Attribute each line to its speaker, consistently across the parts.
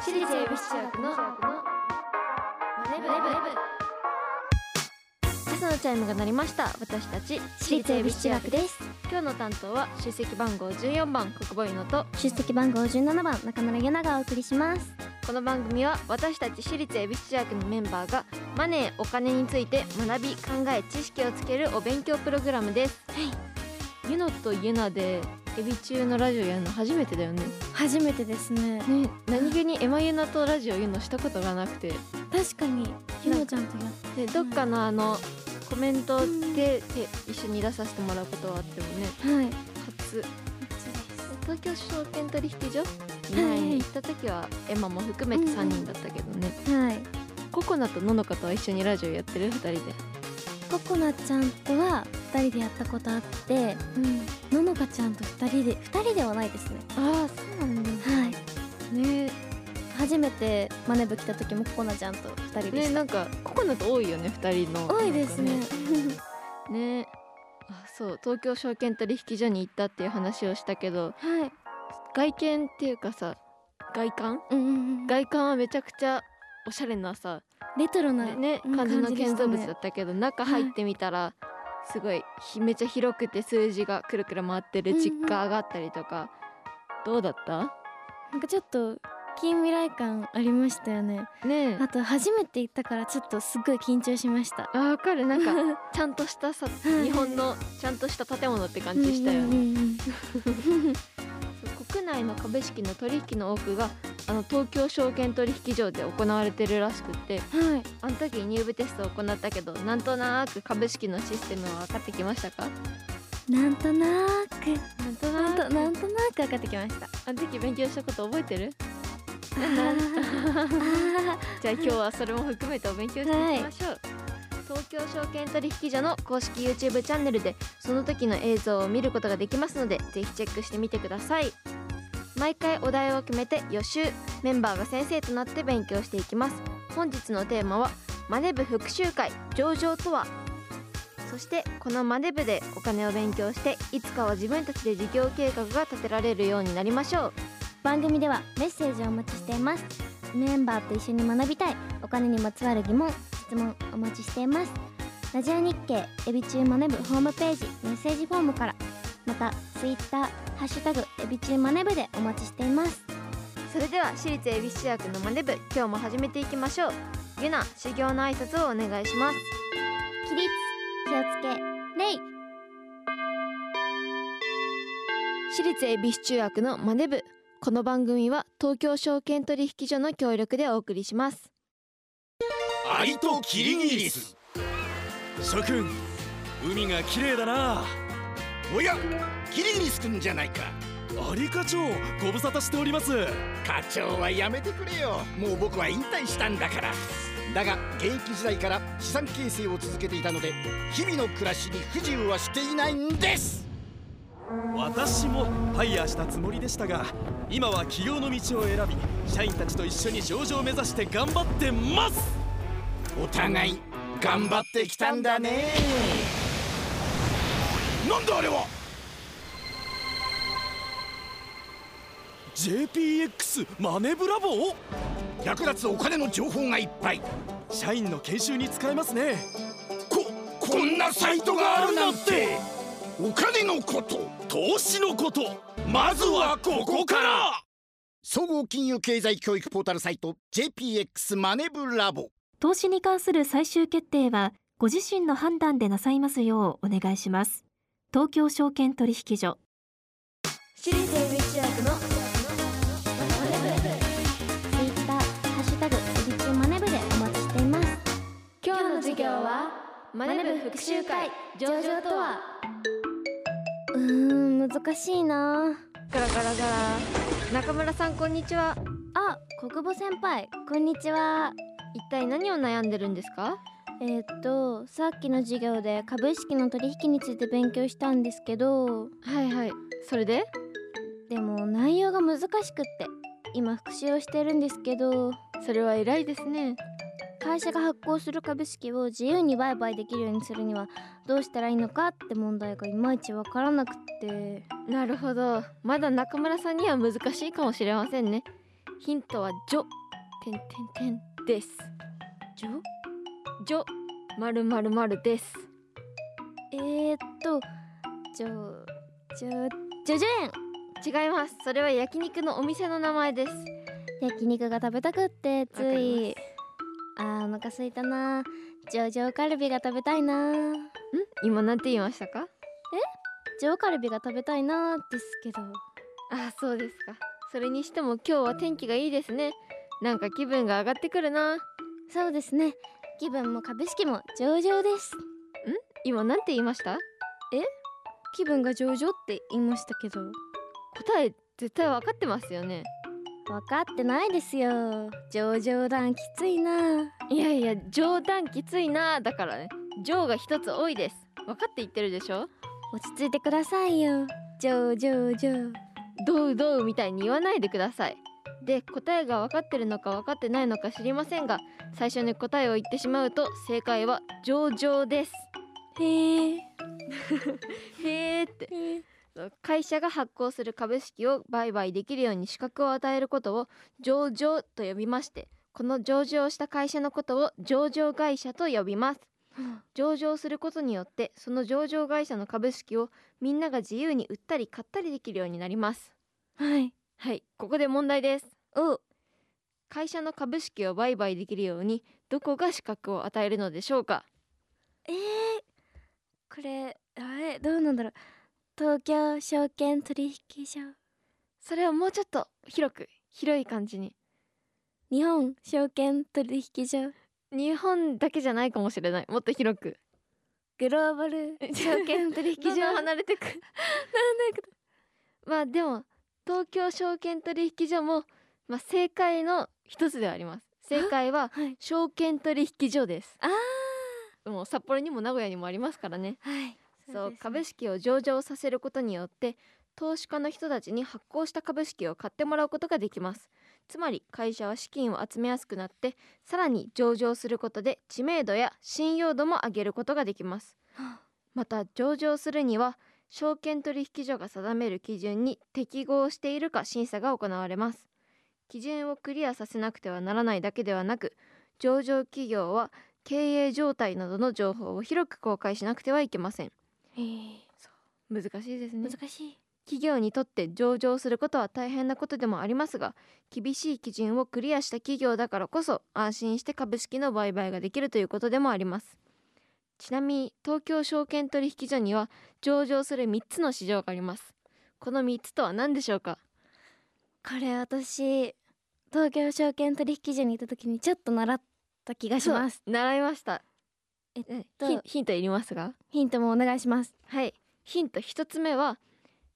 Speaker 1: 私立恵比寿中学のマネブネブ朝のチャイムが鳴りました私たち
Speaker 2: 私立恵比寿中学です
Speaker 1: 今日の担当は出席番号14番国母のと
Speaker 2: 出席番号17番中村ゆながお送りします
Speaker 1: この番組は私たち私立恵比寿中学のメンバーがマネーお金について学び考え知識をつけるお勉強プログラムですはいゆのとゆなでエビ中のラジオやるの初めてだよね
Speaker 2: 初めてですね
Speaker 1: ね何気にエマユナとラジオ言うのしたことがなくて
Speaker 2: 確かにひのちゃんとやって
Speaker 1: でどっかのあのコメントでて一緒に出させてもらうことはあってもね
Speaker 2: はい
Speaker 1: 初東京証券取引所前に行った時はエマも含めて3人だったけどね、
Speaker 2: はい
Speaker 1: ココナとののかとは一緒にラジオやってる2人で、
Speaker 2: ココナちゃんとは二人でやったことあってののかちゃんと二人で二人ではないですね
Speaker 1: ああそうなんだ
Speaker 2: はい
Speaker 1: ね
Speaker 2: 初めてマネ部来た時もココナちゃんと二人で
Speaker 1: ね
Speaker 2: した、
Speaker 1: なんかココナと多いよね2人の
Speaker 2: 多いですね
Speaker 1: なんかねねあそう東京証券取引所に行ったっていう話をしたけど
Speaker 2: はい
Speaker 1: 外見っていうかさ外観
Speaker 2: うんうんうん
Speaker 1: 外観はめちゃくちゃおしゃれなさ、
Speaker 2: レトロな
Speaker 1: でね
Speaker 2: うん
Speaker 1: 感じの
Speaker 2: 感じで
Speaker 1: 建
Speaker 2: した
Speaker 1: 造
Speaker 2: ね
Speaker 1: 物だったけど、中入ってみたらすごいひめちゃ広くて数字がくるくる回ってる
Speaker 2: うんうん
Speaker 1: 実家があったりとか、どうだった
Speaker 2: なんかちょっと近未来感ありましたよね
Speaker 1: ねえ
Speaker 2: あと初めて行ったからちょっとすごい緊張しました
Speaker 1: あわかるなんか ちゃんとしたさ
Speaker 2: い
Speaker 1: 日本のちゃんとした建物って感じしたよね、
Speaker 2: うんうんう
Speaker 1: そ
Speaker 2: ん
Speaker 1: う国内の株式の取引の多くがあの東京証券取引所で行われてるらしくって
Speaker 2: うんはい
Speaker 1: あの時入部テストを行ったけどなんとなく株式のシステムは分かってきましたか
Speaker 2: なんとなーく
Speaker 1: なんと
Speaker 2: なん
Speaker 1: な
Speaker 2: と
Speaker 1: く
Speaker 2: なんとなく分かってきました
Speaker 1: あの時勉強したこと覚えて る
Speaker 2: あ
Speaker 1: なんだ
Speaker 2: ーあ
Speaker 1: じゃあ今日はそれも含めてお勉強していきましょう、東京証券取引所の公式 YouTube チャンネルでその時の映像を見ることができますのでぜひチェックしてみてください毎回お題を決めて予習メンバーが先生となって勉強していきます本日のテーマはマネ部復習会上場とはそしてこのマネ部でお金を勉強していつかは自分たちで事業計画が立てられるようになりましょう
Speaker 2: ー番組ではメッセージをお待ちしていますメンバーと一緒に学びたいお金にまつわる疑問質問お待ちしていますラジオ日経エビチューマネブホームページメッセージフォームからまたツイッターハッシュタグエビチューマネブでお待ちしています
Speaker 1: それでは私立恵比寿中学のマネ部今日も始めていきましょうゆな修行の挨拶をお願いします
Speaker 2: 起立気をつけレイ
Speaker 1: 私立恵比寿中学のマネ部この番組は東京証券取引所の協力でお送りします
Speaker 3: アリとキリギリス
Speaker 4: 諸君海が綺麗だな
Speaker 3: おやキリギリスくんじゃないか
Speaker 4: アリ課長ご無沙汰しております
Speaker 3: 課長はやめてくれよもう僕は引退したんだからだが現役時代から資産形成を続けていたので日々の暮らしに不自由はしていないんです
Speaker 4: 私もファイヤーしたつもりでしたが今は起業の道を選び社員たちと一緒に上場を目指して頑張ってます
Speaker 3: お互い頑張ってきたんだねなんだあれは
Speaker 4: JPX マネブラボ
Speaker 3: 役立つお金の情報がいっぱい
Speaker 4: 社員の研修に使えますね
Speaker 3: ここんなサイトがあるなんてお金のこと
Speaker 4: 投資のことまずはここから
Speaker 3: 総合金融経済教育ポータルサイト JPX マネブラボ
Speaker 5: 投資に関する最終決定はご自身の判断でなさいますようお願いします東京証券取引所
Speaker 1: 私立恵比寿中学の
Speaker 2: ツイッター、ハッシュタグ、エビチューマネブでお待ちしています。
Speaker 1: 今日の授業はマネ部復習会上場とは
Speaker 2: うーん、難しいな
Speaker 1: ガラガラガラ中村さんこんにちは
Speaker 2: あ、国母先輩、こんにちは。
Speaker 1: 一体何を悩んでるんですか
Speaker 2: えー、っと、さっきの授業で株式の取引について勉強したんですけど、
Speaker 1: はいはいそれで
Speaker 2: でも内容が難しくって、今復習をしてるんですけど、
Speaker 1: それは偉いですね
Speaker 2: 会社が発行する株式を自由に売買できるようにするにはどうしたらいいのかって問題がいまいちわからなくって。
Speaker 1: なるほどまだ中村さんには難しいかもしれませんねヒントは「じょ」てんてんてんです
Speaker 2: じょ
Speaker 1: 「じょ」まるまるまるです
Speaker 2: えー、っとじょじょじょじょ園
Speaker 1: 違いますそれは焼肉のお店の名前です
Speaker 2: 焼肉が食べたくってつ
Speaker 1: わか
Speaker 2: い
Speaker 1: り
Speaker 2: あーお腹空いたなジョジョカルビが食べたいなん
Speaker 1: 今なんて言いましたか
Speaker 2: ジョカルビが食べたいなですけど
Speaker 1: あそうですかそれにしても今日は天気がいいですねなんか気分が上がってくるな
Speaker 2: そうですね気分も株式も上々です
Speaker 1: 今なんて言いました
Speaker 2: 気分が上々って言いましたけど
Speaker 1: 答え絶対分かってますよね
Speaker 2: 分かってないですよ上々談きついない
Speaker 1: やいや冗談きついなだからね情が一つ多いです分かって言ってるでしょ
Speaker 2: 落ち着いてくださいよ上々上
Speaker 1: どうどうみたいに言わないでくださいで答えが分かってるのか分かってないのか知りませんが最初に答えを言ってしまうと正解は上々です
Speaker 2: へえ
Speaker 1: へーって会社が発行する株式を売買できるように資格を与えることを上場と呼びましてこの上場した会社のことを上場会社と呼びます上場することによってその上場会社の株式をみんなが自由に売ったり買ったりできるようになります
Speaker 2: はい
Speaker 1: はいここで問題です
Speaker 2: お
Speaker 1: 会社の株式を売買できるようにどこが資格を与えるのでしょうか
Speaker 2: えー、これあれどうなんだろう東京証券取引所
Speaker 1: それをもうちょっと広く広い感じに
Speaker 2: 日本証券取引所
Speaker 1: 日本だけじゃないかもしれないもっと広く
Speaker 2: グローバル証券取引所
Speaker 1: 劇場離れてくまあでも東京証券取引所も、まあ、正解の一つではあります正解は
Speaker 2: はい
Speaker 1: 証券取引所です
Speaker 2: あー
Speaker 1: もう札幌にも名古屋にもありますからね
Speaker 2: はい
Speaker 1: そう株
Speaker 2: 式
Speaker 1: 式を上場させることによって投資家の人たちに発行した株式を買ってもらうことができますつまり会社は資金を集めやすくなってさらに上場することで知名度や信用度も上げることができます
Speaker 2: はあ
Speaker 1: また上場するには証券取引所が定める基準に適合しているか審査が行われます基準をクリアさせなくてはならないだけではなく上場企業は経営状態などの情報を広く公開しなくてはいけません難しいですね
Speaker 2: 難しい
Speaker 1: 企業にとって上場することは大変なことでもありますが厳しい基準をクリアした企業だからこそ安心して株式の売買ができるということでもありますちなみに東京証券取引所には上場する3つの市場がありますこの3つとは何でしょうか
Speaker 2: これ私東京証券取引所にいた時にちょっと習った気がします
Speaker 1: そう習いました
Speaker 2: えっと
Speaker 1: ヒンヒントいりますが
Speaker 2: ヒントもお願いします
Speaker 1: はいヒント1つ目は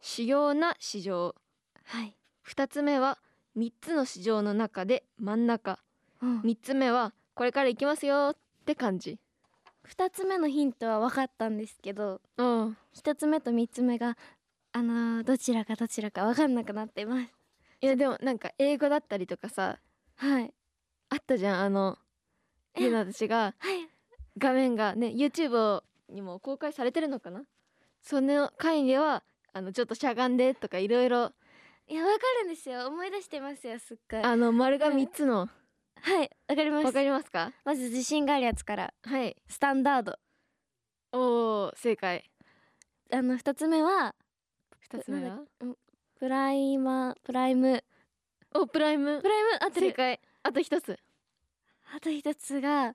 Speaker 1: 主要な市場
Speaker 2: はい、
Speaker 1: 2つ目は3つの市場の中で真ん中
Speaker 2: うん、
Speaker 1: 3つ目はこれから行きますよって感じ
Speaker 2: 2つ目のヒントは分かったんですけど
Speaker 1: うん
Speaker 2: 1つ目と3つ目があのーどちらかどちらか分かんなくなっています
Speaker 1: いやでもなんか英語だったりとかさ
Speaker 2: はい
Speaker 1: あったじゃんあの
Speaker 2: え
Speaker 1: ゆなたちが
Speaker 2: はい
Speaker 1: 画面がね YouTube をにも公開されてるのかなその回ではあのちょっとしゃがんでとかいろいろ
Speaker 2: いや分かるんですよ思い出してますよすっごいはい
Speaker 1: あの丸が3つの
Speaker 2: 分かりま
Speaker 1: わ
Speaker 2: す
Speaker 1: かりますか
Speaker 2: まず自信があるやつから
Speaker 1: はい
Speaker 2: スタンダード
Speaker 1: おー正解
Speaker 2: あの2つ目は
Speaker 1: 2つ目
Speaker 2: な
Speaker 1: は
Speaker 2: プライマプライム
Speaker 1: おプライム
Speaker 2: プライム合って
Speaker 1: 正
Speaker 2: る
Speaker 1: 解あと1つ
Speaker 2: あと一つが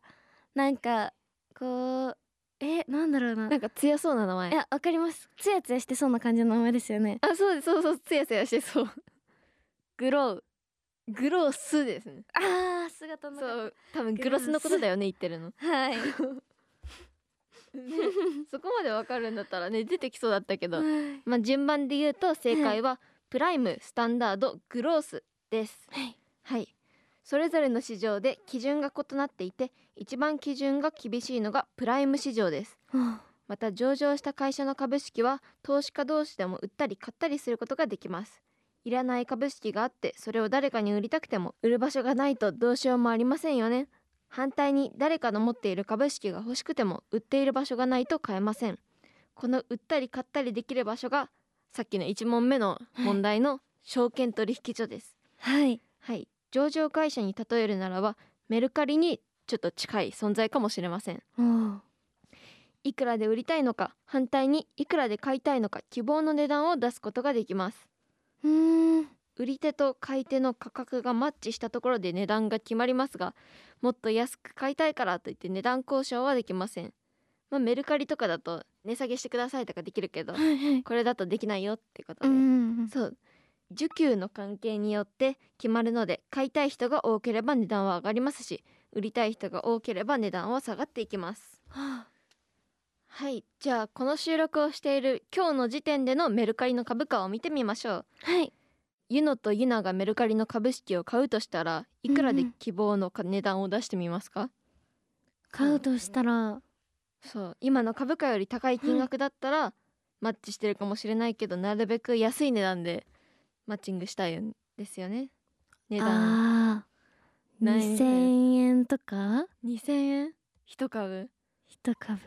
Speaker 2: なんかこうえなんだろうな
Speaker 1: なんか強そうな名前
Speaker 2: いやわかりますツヤツヤしてそうな感じの名前ですよね
Speaker 1: あそうですそうそうつやつやしてそうグロウグロスですね
Speaker 2: ああ姿の
Speaker 1: そう多分グロスのことだよね言ってるの
Speaker 2: はい
Speaker 1: そこまでわかるんだったらね出てきそうだったけど
Speaker 2: はい
Speaker 1: まあ順番で言うと正解はプライムスタンダードグロースです
Speaker 2: はい
Speaker 1: はいそれぞれの市場で基準が異なっていて一番基準が厳しいのがプライム市場です
Speaker 2: うん
Speaker 1: また上場した会社の株式は投資家同士でも売ったり買ったりすることができますいらない株式があってそれを誰かに売りたくても売る場所がないとどうしようもありませんよね反対に誰かの持っている株式が欲しくても売っている場所がないと買えませんこの売ったり買ったりできる場所がさっきの1問目の問題の証券取引所です
Speaker 2: はい
Speaker 1: はい上場会社に例えるならばメルカリにちょっと近い存在かもしれません
Speaker 2: うん
Speaker 1: いくらで売りたいのか反対にいくらで買いたいのか希望の値段を出すことができます
Speaker 2: うん
Speaker 1: 売り手と買い手の価格がマッチしたところで値段が決まりますがもっと安く買いたいからといって値段交渉はできません、まあ、メルカリとかだと値下げしてくださいとかできるけど
Speaker 2: はいはい
Speaker 1: これだとできないよってこと
Speaker 2: う
Speaker 1: で、
Speaker 2: ん
Speaker 1: そう受給の関係によって決まるので買いたい人が多ければ値段は上がりますし売りたい人が多ければ値段は下がっていきます
Speaker 2: はあ
Speaker 1: はいじゃあこの収録をしている今日の時点でのメルカリの株価を見てみましょう
Speaker 2: はい
Speaker 1: ユノとユナがメルカリの株式を買うとしたらいくらで希望のか値段を出してみますか、
Speaker 2: 買うとしたら
Speaker 1: そう今の株価より高い金額だったらマッチしてるかもしれないけどなるべく安い値段でマッチングしたいんですよね値段
Speaker 2: ああ
Speaker 1: 何円
Speaker 2: 2000円とか
Speaker 1: 2000円一株
Speaker 2: 一株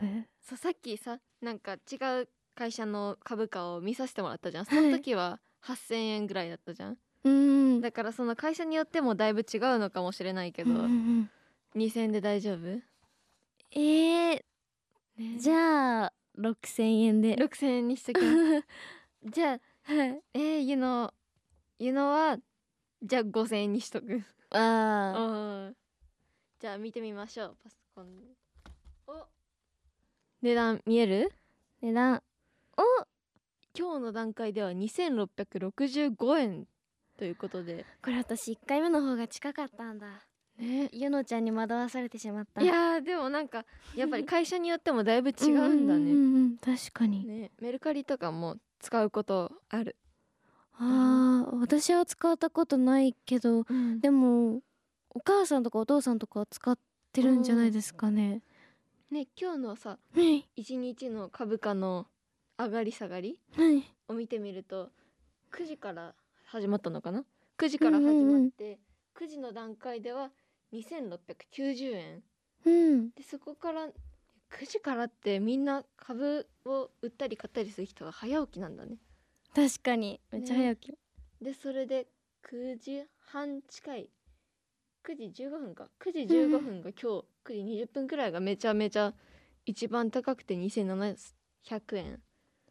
Speaker 1: そうさっきさなんか違う会社の株価を見させてもらったじゃんその時は8000円ぐらいだったじゃん
Speaker 2: うん
Speaker 1: だからその会社によってもだいぶ違うのかもしれないけど
Speaker 2: うんうん
Speaker 1: 2000円で大丈夫、
Speaker 2: えー、
Speaker 1: ね
Speaker 2: じゃあ6000円で
Speaker 1: 六千円にしときます じゃあえー、ゆのゆのはじゃあ五千円にしとく
Speaker 2: あ
Speaker 1: うんじゃあ見てみましょうパソコンでお値段見える
Speaker 2: ー値段
Speaker 1: 今日の段階では二千六百六十五円ということで
Speaker 2: これ私1回目の方が近かったんだ
Speaker 1: ね
Speaker 2: ゆのちゃんに惑わされてしまった
Speaker 1: いやーでもなんかやっ ぱり会社によってもだいぶ違うんだ
Speaker 2: う
Speaker 1: ね
Speaker 2: んうん確かに、
Speaker 1: ねメルカリとかも使うことある、
Speaker 2: ああ私は使ったことないけど
Speaker 1: で
Speaker 2: でもお母さんとかお父さんとかは使ってるんじゃないですかね、
Speaker 1: ね今日のさ
Speaker 2: はい
Speaker 1: 一日の株価の上がり下がり
Speaker 2: はい
Speaker 1: を見てみると9時から始まったのかな9時から始まって9時の段階では2690円
Speaker 2: うん
Speaker 1: でそこから9時からってみんな株を売ったり買ったりする人が早起きなんだね
Speaker 2: 確かにめっちゃ早起き、
Speaker 1: でそれで9時半近い9時15分か9時15分が今日9時20分くらいがめちゃめちゃ一番高くて2700円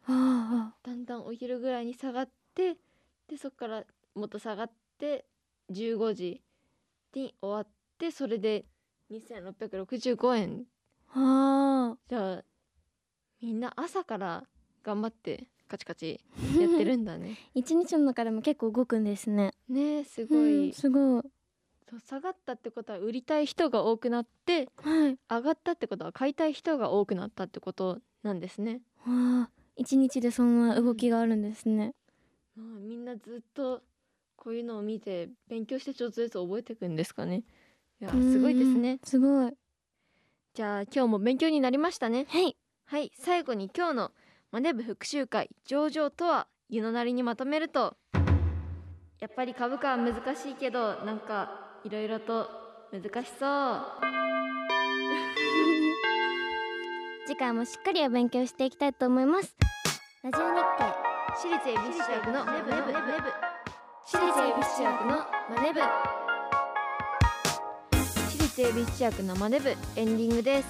Speaker 2: あ
Speaker 1: だんだんお昼ぐらいに下がってでそこからもっと下がって15時に終わってそれで2665円
Speaker 2: ああ
Speaker 1: じゃあみんな朝から頑張ってカチカチやってるんだね
Speaker 2: 一日の中でも結構動くんですね
Speaker 1: ねえすごい、
Speaker 2: うんすごい
Speaker 1: そう下がったってことは売りたい人が多くなって
Speaker 2: はい
Speaker 1: 上がったってことは買いたい人が多くなったってことなんですね、
Speaker 2: ああ一日でそんな動きがあるんですね、
Speaker 1: まあ、みんなずっとこういうのを見て勉強してちょっとずつ覚えていくんですかねいやすごいです
Speaker 2: う
Speaker 1: ね
Speaker 2: んすごい
Speaker 1: じゃあ今日も勉強になりましたね
Speaker 2: はい
Speaker 1: はい最後に今日のマネ部復習会上場とは湯のなりにまとめるとやっぱり株価は難しいけどなんかいろいろと難しそう
Speaker 2: 次回もしっかりお勉強していきたいと思いますラジオ日経
Speaker 1: 私立恵比寿中学のマネ部マネ部私
Speaker 2: 立
Speaker 1: 立
Speaker 2: 恵
Speaker 1: 恵
Speaker 2: 比
Speaker 1: 比寿
Speaker 2: 寿
Speaker 1: 中学のマ
Speaker 2: 中学
Speaker 1: ネ部私立恵比寿中学のマネ部エンディングです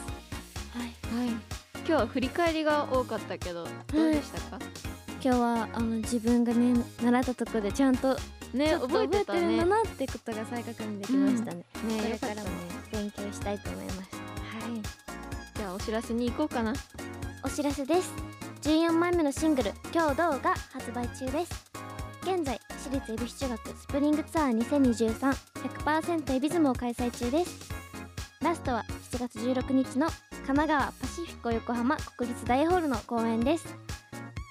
Speaker 2: はい
Speaker 1: はい今日は振り返りが多かったけどどうでしたか、
Speaker 2: 今日はあの自分がね習ったところでちゃんとち
Speaker 1: ね
Speaker 2: ょっと
Speaker 1: 覚え
Speaker 2: 覚えて
Speaker 1: て
Speaker 2: る
Speaker 1: たね
Speaker 2: んだなってことが再確認できましたね、こ
Speaker 1: ね
Speaker 2: れ
Speaker 1: よか
Speaker 2: か
Speaker 1: った
Speaker 2: ら
Speaker 1: ね
Speaker 2: も勉強したいと思います
Speaker 1: はい。じゃあお知らせに行こうかな。
Speaker 2: お知らせです14枚目のシングル「今日どう」が発売中です現在私立恵比寿中学スプリングツアー2023100%恵比寿もを開催中ですラストは7月16日の神奈川パシフィコ横浜国立大ホールの公演です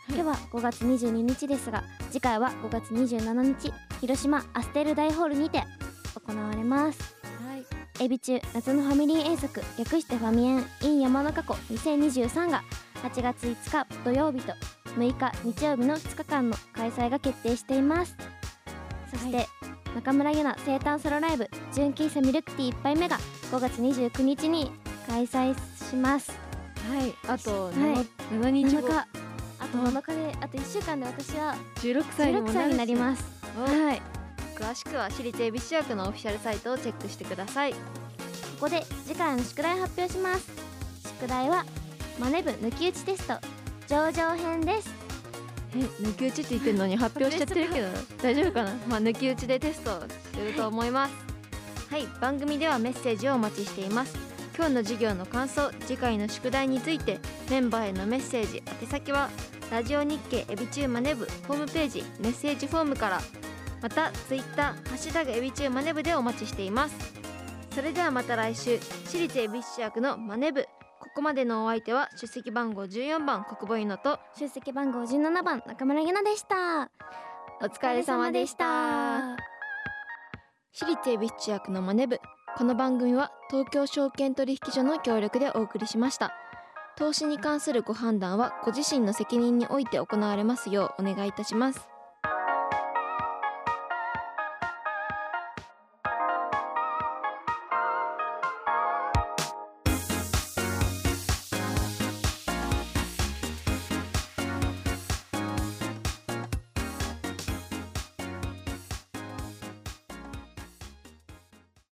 Speaker 2: 今日は5月22日ですが次回は5月27日広島アステル大ホールにて行われます
Speaker 1: はい。
Speaker 2: エビ中夏のファミリー遠足略してファミエン in 山中湖2023が8月5日土曜日と6日日曜日の2日間の開催が決定していますそして、中村ゆな生誕ソロライブ「純喫茶ミルクティー1杯目」が5月29日に開催します
Speaker 1: はい。あと
Speaker 2: はい
Speaker 1: 七日
Speaker 2: 7
Speaker 1: 後
Speaker 2: 日あと7日であと1週間で私は
Speaker 1: 十六歳にも
Speaker 2: 16歳になり
Speaker 1: す。
Speaker 2: ますはい
Speaker 1: 詳しくは私立恵比寿中学のオフィシャルサイトをチェックしてください
Speaker 2: ここで次回の宿題を発表します宿題はマネ部抜き打ちテスト上場編です
Speaker 1: え抜き打ちって言ってるのに発表しちゃってるけど大丈夫かな、まあ、抜き打ちでテストしてると思いますはい、番組ではメッセージをお待ちしています今日の授業の感想次回の宿題についてメンバーへのメッセージ宛先はラジオ日経エビチューマネブホームページメッセージフォームからまたツイッターハッシュタグエビチューマネブでお待ちしていますそれではまた来週私立エビ主役のマネブここまでのお相手は出席番号14番国母ゆのと
Speaker 2: 出席番号17番中村ゆなでした
Speaker 1: お疲れ様でした私立恵比寿中学のマネ部この番組は東京証券取引所の協力でお送りしました投資に関するご判断はご自身の責任において行われますようお願いいたします